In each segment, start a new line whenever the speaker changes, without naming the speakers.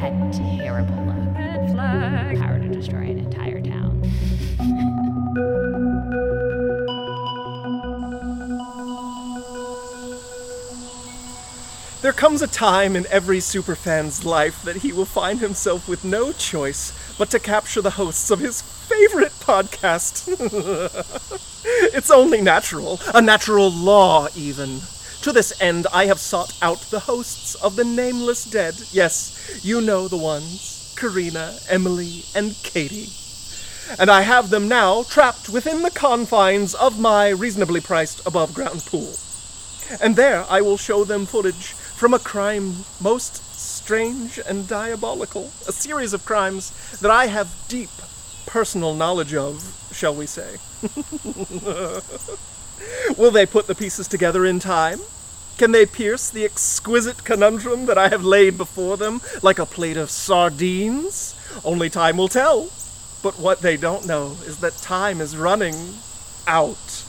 terrible luck.
Red flag.
Power to destroy an entire town.
There comes a time in every superfan's life that he will find himself with no choice but to capture the hosts of his favorite podcast. it's only natural, a natural law, even. To this end, I have sought out the hosts of the Nameless Dead. Yes, you know the ones Karina, Emily, and Katie. And I have them now trapped within the confines of my reasonably priced above ground pool and there I will show them footage from a crime most strange and diabolical, a series of crimes that I have deep personal knowledge of, shall we say. will they put the pieces together in time? Can they pierce the exquisite conundrum that I have laid before them like a plate of sardines? Only time will tell. But what they don't know is that time is running out.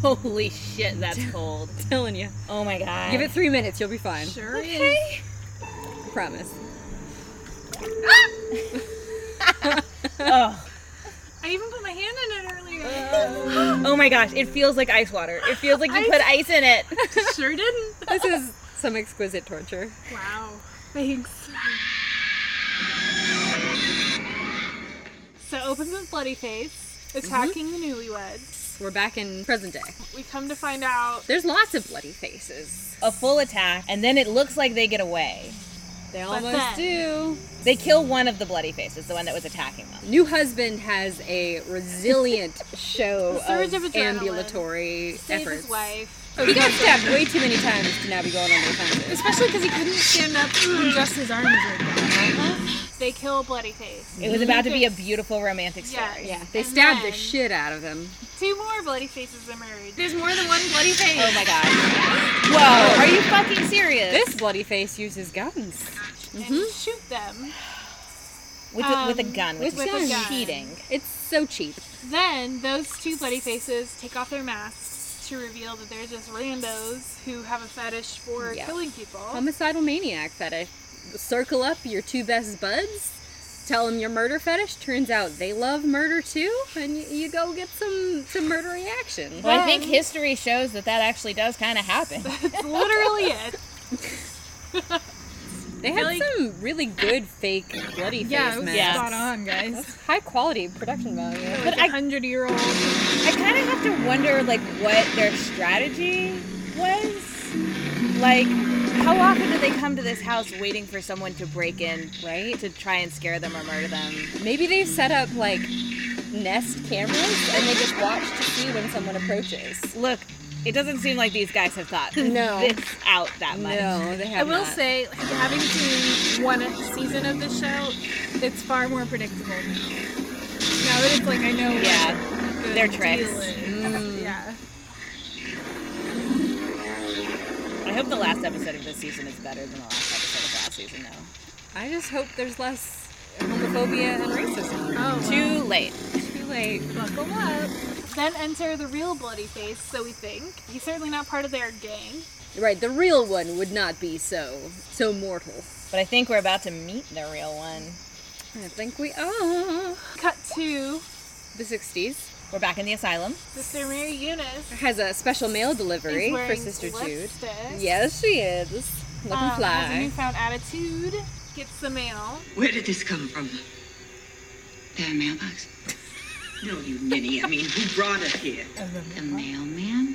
Holy shit, that's cold. Telling you.
Oh my god.
Give it three minutes, you'll be fine.
Sure okay.
Promise.
I even put my hand in it earlier.
Oh my gosh, it feels like ice water. It feels like you put ice in it.
sure didn't.
this is some exquisite torture.
Wow. Thanks. So opens with bloody face, attacking the newlyweds.
We're back in present day.
We come to find out
There's lots of bloody faces.
faces.
A full attack, and then it looks like they get away. They almost
then-
do.
They kill one of the bloody faces, the one that was attacking them.
New husband has a resilient show
The
of,
surge of adrenaline
ambulatory
save
efforts.
his wife,
He got stabbed way too many times to now be going on the offensive.
especially because he couldn't stand up and just his arms were down. They kill bloody face.
It was about to be a beautiful romantic story.
Yeah,
Yeah, they
And
stabbed the
then-
shit out of him.
Two more bloody faces are married. There's more than one bloody face.
Oh my god. Whoa. Are you fucking serious?
This bloody face uses guns.
and
Mm-hmm.
shoot them.
with, a, with a gun, which
with
a
is
gun.
cheating.
It's so cheap.
Then those two bloody faces take off their masks to reveal that they're just randos who have a fetish for
Yeah. Um,
killing people.
Homicidal maniac fetish. Circle up your two best buds. Tell them your murder fetish. Turns out they love murder too, and you, you go get some some murdering action.
Well, I think history shows that that actually does kind of happen.
That's literally it.
They had some really good fake bloody
Yeah, it
face
was
masks.
spot on, guys.
High quality production value.
Like a hundred year old.
I kind of have to wonder, like, what their strategy was. Like, how often do they come to this house waiting for someone to break in, right? To try and scare them or murder them?
Maybe they set up like nest cameras and they just watch to see when someone approaches.
Look, it doesn't seem like these guys have thought
No.
this out that much.
No, they
I
have
will
not.
say, having seen one season of this show, it's far more predictable now. Now that it's like I know what
Yeah.
the
their
deal
tricks.
is.
Mm.
Yeah.
I hope the last episode of this season is better than the last episode of last season, though.
I just hope there's less homophobia and racism.
Oh,
Too late.
Too late.
buckle up. Then enter the real bloody face, so we think. He's certainly not part of their gang.
Right, the real one would not be so so mortal.
But I think we're about to meet the real one.
I think we are.
Cut to
The 60s
We're back in the asylum.
Sister Mary Eunice.
has a special mail
He's
delivery
wearing
for Sister Jude.
lipstick.
Yes, she is. Looking
Um, Has a
fly.
newfound attitude. Gets the mail.
Where did this come from? The mailbox? No, you ninny. I mean, who brought it here? The mailman?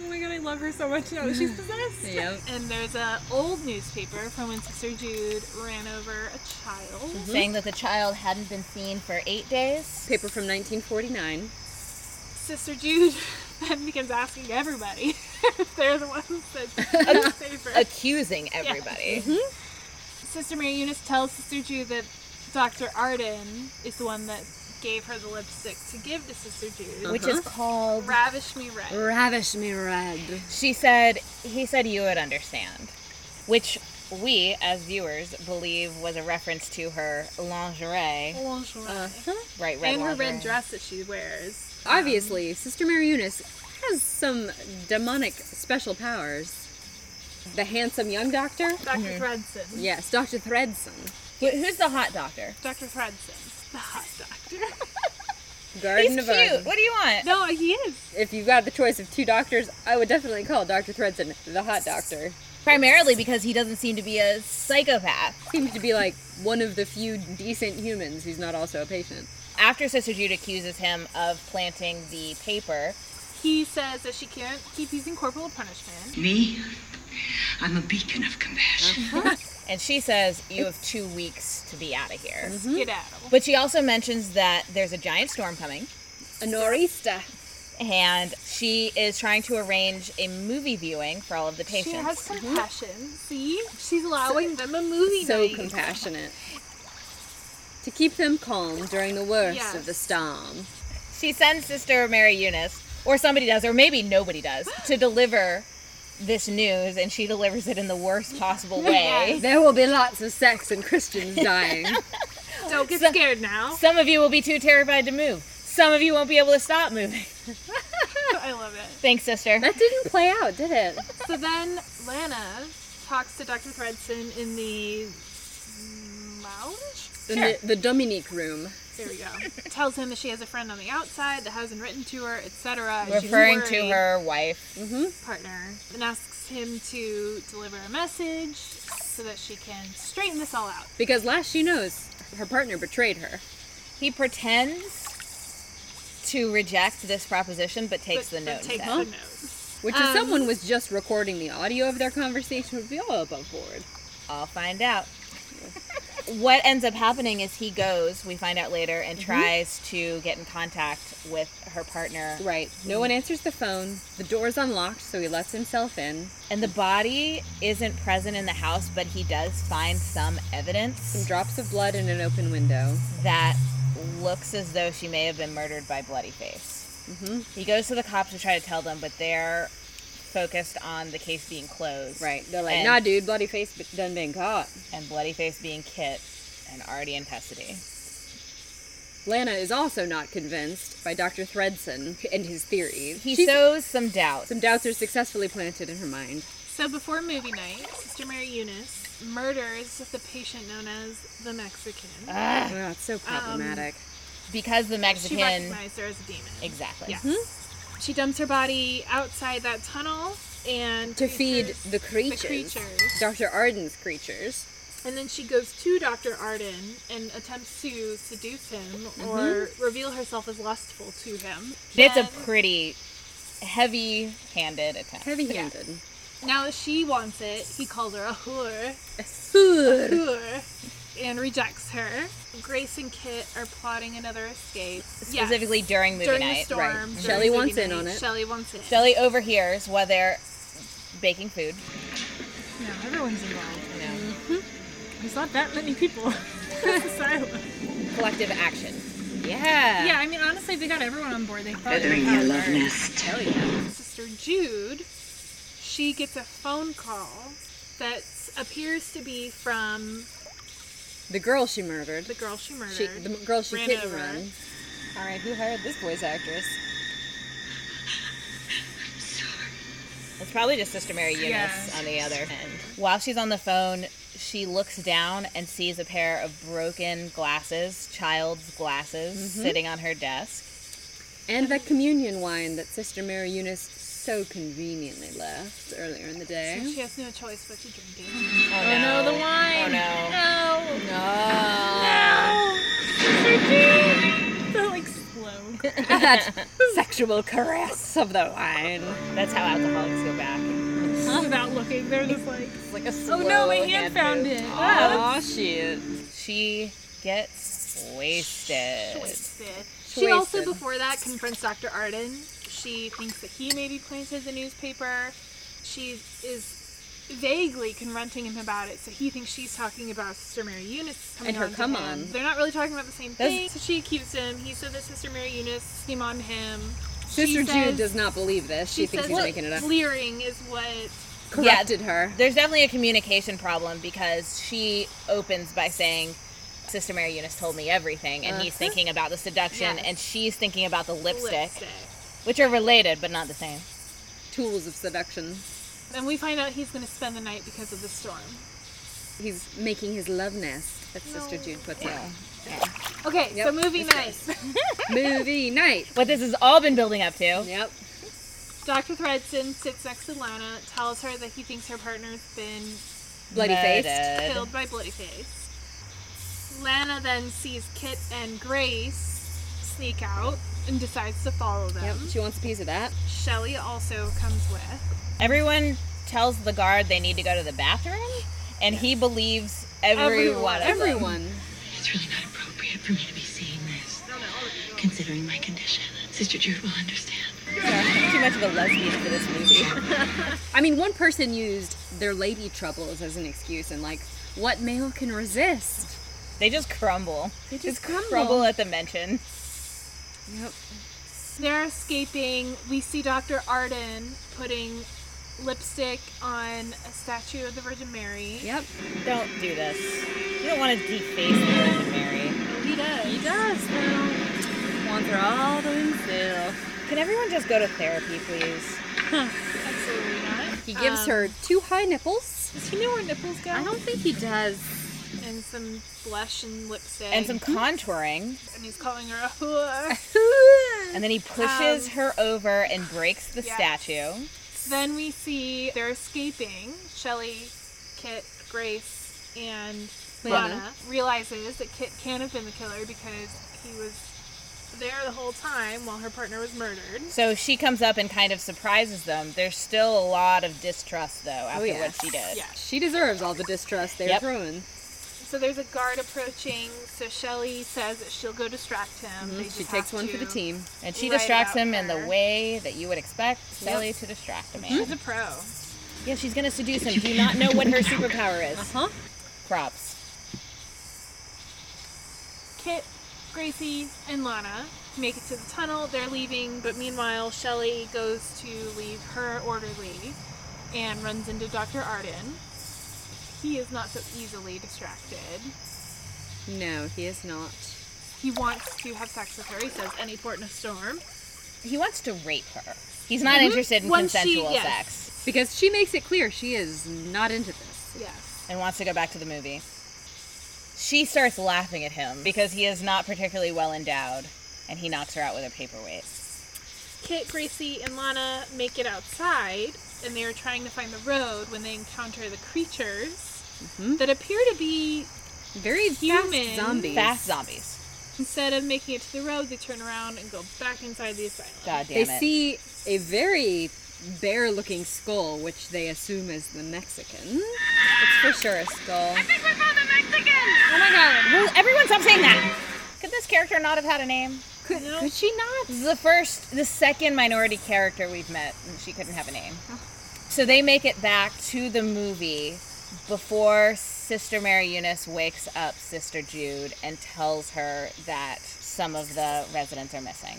Oh my god, I love her so much now that she's possessed.
Mm. Yep.
And there's a old newspaper from when Sister Jude ran over a child.
Saying that the child hadn't been seen for eight days.
Paper from 1949.
Sister Jude then begins asking everybody if they're the ones that did the paper.
Accusing everybody.
Sister Mary Eunice tells Sister Jude that Dr. Arden is the one that gave her the lipstick to give to Sister Jude.
Which is called.
Ravish me red.
Ravish me red.
She said, he said you would understand. Which we, as viewers, believe was a reference to her lingerie. Uh-huh. Right, red
and her
lingerie.
red dress that she wears.
Obviously, Sister Mary Eunice has some demonic special powers.
The handsome young doctor?
Dr.
Mm-hmm.
Thredson.
Yes, Dr. Thredson.
Wh- who's the hot doctor?
Dr. Thredson. The hot doctor.
He's
Garden of
cute.
Eden.
What do you want?
no, he is.
If you got the choice of two doctors, I would definitely call Dr. Thredson the hot doctor.
Primarily because he doesn't seem to be a psychopath.
Seems to be like one of the few decent humans who's not also a patient.
After Sister Jude accuses him of planting the paper,
He says that she can't keep using corporal punishment.
Me? I'm a beacon of compassion.
and she says, You have two weeks to be out of here.
Mm-hmm.
Mm-hmm.
Skedaddle.
But she also mentions that there's a giant storm coming,
A norista.
and she is trying to arrange a movie viewing for all of the
She
patients.
has
Mm-hmm.
compassion. See? She's allowing them a movie
So
night.
compassionate. To keep them calm during the worst
Yes.
of the storm.
she sends Sister Mary Eunice, or somebody does, or maybe nobody does, to deliver this news, and she delivers it in the worst possible way.
There will be lots of sex and Christians dying.
Don't get scared now.
Some of you will be too terrified to move. Some of you won't be able to stop moving.
I love it.
Thanks, sister.
that didn't play out, did it?
So then Lana talks to Dr. Thredson in the lounge.
In the, the Dominique room.
There we go. Tells him that she has a friend on the outside that hasn't written to her, etc. and she's
Referring to
worried.
her wife.
partner and asks him to deliver a message so that she can straighten this all out.
Because last she knows, her partner betrayed her.
He pretends to reject this proposition, but takes
But-
the
but
note.
Takes
instead.
the note.
Which, if someone was just recording the audio of their conversation, would be all above board.
I'll find out. what ends up happening is he goes, we find out later,
Mm-hmm.
and tries to get in contact with her partner.
Right. No one answers the phone. The door's unlocked, so he lets himself in.
And the body isn't present in the house, but he does find some
Some
evidence
drops of blood in an open window.
that looks as though she may have been murdered by Bloody Face. He goes to the cops to try to tell them, but they're focused on the case being closed.
Right. They're like,
and,
nah, dude, bloody face but done being caught.
And Bloody Face being Kit and already in custody.
Lana is also not convinced by Dr. Thredson and his theories.
He
She's-
sows some doubt.
Some doubts are successfully planted in her mind.
So before movie night, Sister Mary Eunice murders the patient known as the Mexican.
Wow, it's so problematic.
because the
she
Mexican
recognized her as a demon.
exactly.
Yeah. She dumps her body outside that tunnel and
to feed the creatures.
creatures.
Dr. Arden's creatures.
And then she goes to Dr. Arden and attempts to seduce him or reveal herself as lustful to him.
It's Mm-hmm. a
Then-
pretty heavy-handed attempt.
Heavy handed.
Now that she wants it, he calls her a whore. Whore. And rejects her. Grace and Kit are plotting another escape. Yes.
Specifically during movie
during the
night,
storm.
right.
during
Shelley
movie
wants in
night,
on it.
Shelley wants in.
Shelly overhears while they're baking food.
No, everyone's involved. Mm-hmm.
You know,
There's not that many people. Sorry.
collective action. Yeah.
Yeah, I mean, honestly, if they got everyone on board, they probably
Feathering
would
their love
have-
nest.
Sister Jude, she gets a phone call that appears to be from
The girl she murdered.
the girl she murdered.
She, the m- girl she
Ran
didn't
over.
run. All right, who hired this voice actress?
It's probably just Sister Mary Eunice
Yeah.
on the other end. While she's on the phone, she looks down and sees a pair of broken glasses, child's glasses, sitting on her desk.
And the communion wine that Sister Mary Eunice so conveniently left earlier in the
So
day.
she has no choice but to drink it.
Oh, no. the wine. Oh no.
No. They're like slow.
That sexual caress of the wine.
That's how alcoholics go back.
Without looking, they're just like,
It's like a
oh no, my hand found it.
Oh shit.
She gets wasted.
Wasted. She also,
Wasted.
before that, confronts Dr. Arden. She thinks that he may be planted the newspaper. She is vaguely confronting him about it, so he thinks she's talking about Sister Mary Eunice coming
And her
on to
come
him.
on.
They're not really talking about the same
That's-
thing. So she accused him. He said that Sister Mary Eunice came on him. She
Sister Jude
says-
does not believe this. She,
She
thinks
says
he's making it up.
Leering is what
Corrected her.
There's definitely a communication problem because she opens by saying, Sister Mary Eunice told me everything, and he's thinking about the seduction,
Yes.
and she's thinking about Uh-huh. the lipstick,
lipstick.
which are related but not the same.
Tools of seduction.
And we find out he's going to spend the night because of the storm.
He's making his love nest, as Sister Jude puts
Okay,
Yep,
so movie night.
it. Movie night.
What this has all been building up to.
Yep.
Dr. Thredson sits next to Lana, tells her that he thinks her partner's been
Bloody faced.
Murdered.
killed by Bloody Face. Lana then sees Kit and Grace sneak out and decides to follow
Yep.
them.
She wants a piece of that.
Shelley also comes with.
Everyone tells the guard they need to go to the bathroom, and he believes everyone.
Everyone.
It's really not appropriate for me to be seeing this, considering my condition. Sister Jude will understand.
Too much of a lesbian for this movie.
I mean, one person used their lady troubles as an excuse, and like, what male can resist?
They just crumble.
They just
Crumble at the mention.
Yep.
They're escaping. We see Dr. Arden putting lipstick on a statue of the Virgin Mary.
Yep.
Don't do this. You don't want to deface the Virgin Mary.
He does.
does though. Wants her all to himself.
Can everyone just go to therapy, please?
Absolutely not.
He gives
Um,
her two high nipples.
Does he know where nipples go?
I don't think he does.
And some blush and lipstick.
And some contouring,
And he's calling her a whore.
and then he pushes
Um,
her over and breaks the
yes.
statue.
Then we see they're escaping. Shelly, Kit, Grace, and
Lana.
Lana. realizes that Kit can't have been the killer because he was there the whole time while her partner was murdered.
So she comes up and kind of surprises them. There's still a lot of distrust, though, after
yeah.
what she did.
Oh, Yeah.
She deserves all the distrust they're
Yep.
throwing.
So there's a guard approaching. So Shelly says that she'll go distract him. They
Mm-hmm. She
just
takes
have
one for the
to-
team.
And she
Right
distracts
about
him in
her. Mm-hmm.
the way that you would expect Sally to distract a man.
She's a pro.
Yeah, she's gonna seduce him. Do you not know what her superpower is?
Uh-huh.
Huh?
Props.
Kit, Gracie, and Lana make it to the tunnel. They're leaving, but meanwhile, Shelly goes to leave her orderly and runs into Dr. Arden. He is not so easily distracted.
No, he is not.
He wants to have sex with her. He says, any port in a storm.
He wants to rape her. He's not interested in
Mm-hmm. Once she-
consensual
yes.
sex
Because she makes it clear she is not into this.
Yes.
and wants to go back to the movie. She starts laughing at him because he is not particularly well endowed, and he knocks her out with a paperweight.
Kit, Gracie, and Lana make it outside, and they are trying to find the road when they encounter the creatures
Mm-hmm.
that appear to be
Very
Human.
fast zombies.
Fast zombies.
Instead of making it to the road, they turn around and go back inside the asylum.
God damn
They
it.
see a very bare looking skull, which they assume is the Mexican.
it's for sure a skull.
Oh my god!
Well, everyone stop saying that. Could this character not have had a name?
Could, could she not?
This is the first, the second minority character we've met, and she couldn't have a name.
Oh.
So they make it back to the movie before Sister Mary Eunice wakes up Sister Jude and tells her that some of the residents are missing.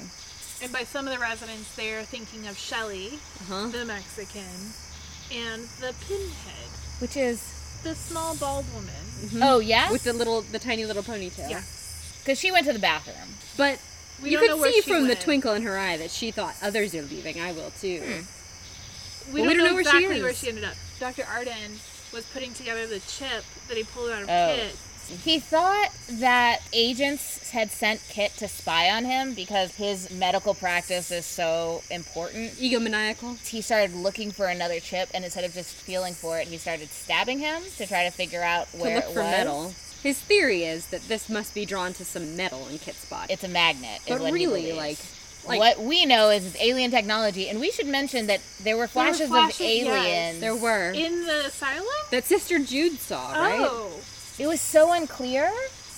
And by some of the residents, they're thinking of Shelly,
Uh-huh.
the Mexican, and the pinhead,
Which is,
the small bald woman.
oh yeah?
Mm-hmm. With the little, the tiny little ponytail.
Yeah.
Because she went to the bathroom.
But
We
you
don't know
could
where
see
she
from
went.
the twinkle in her eye that she thought others are leaving. I will too.
We
Well,
don't,
we don't
know,
know where she
exactly
is.
where she ended up. Dr. Arden was putting together the chip that he pulled out of
Oh.
Kit.
He thought that agents had sent Kit to spy on him because his medical practice is so important.
Egomaniacal.
he started looking for another chip, and instead of just feeling for it, he started stabbing him to try to figure out where
to look
it
for
was.
metal. His theory is that this must be drawn to some metal in Kit's body.
It's a magnet. Is
but
what he
really,
believes.
like, like
what we know is it's alien technology, and we should mention that there were
were
flashes,
flashes,
of
yes.
aliens.
there were
In the asylum?
that Sister Jude saw, right?
Oh.
It was so unclear.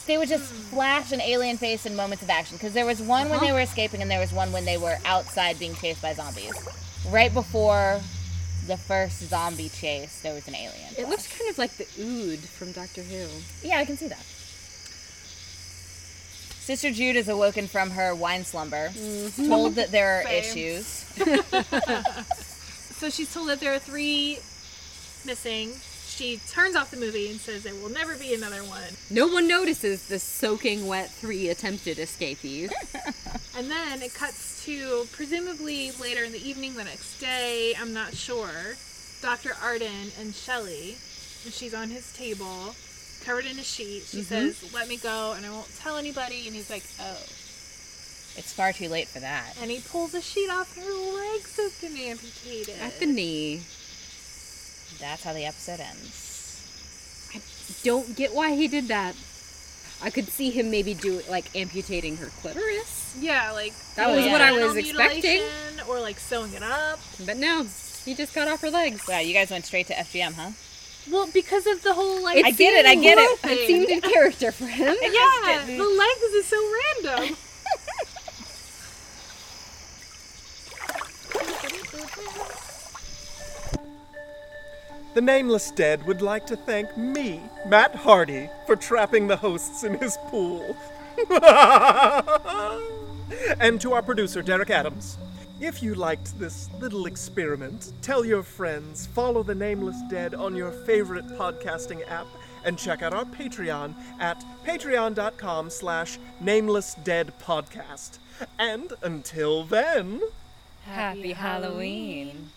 They would just flash an alien face in moments of action because there was one when they were escaping, and there was one when they were outside being chased by zombies. Right before the first zombie chase, there was an alien.
It
flash.
looks kind of like the ood from Doctor Who.
Yeah, I can see that. Sister Jude is awoken from her wine slumber, told that there are
Same.
issues.
So she's told that there are three missing. She turns off the movie and says there will never be another one.
No one notices the soaking wet three attempted escapees.
And then it cuts to presumably later in the evening the next day. I'm not sure. Dr. Arden and Shelley, and she's on his table, covered in a sheet.
Mm-hmm.
She says, Let me go and I won't tell anybody. And he's like, Oh.
It's far too late for that.
And he pulls a sheet off, and her legs have been amputated.
At the knee.
That's how the episode ends.
I don't get why he did that. I could see him maybe do like amputating her clitoris,
yeah, like
That
was what I
vaginal
was expecting.
mutilation Or like sewing it up.
but no, he just cut off her legs.
Wow, you guys went straight to FGM, huh?
Well, because of the whole like
I get it, I get it.
thing.
It seemed in character for him.
yeah, the legs is so random.
The Nameless Dead would like to thank me, Matt Hardy, for trapping the hosts in his pool. and to our producer, Derek Adams. If you liked this little experiment, tell your friends, follow The Nameless Dead on your favorite podcasting app, and check out our Patreon at patreon.com slash namelessdeadpodcast. And until then...
Happy Halloween.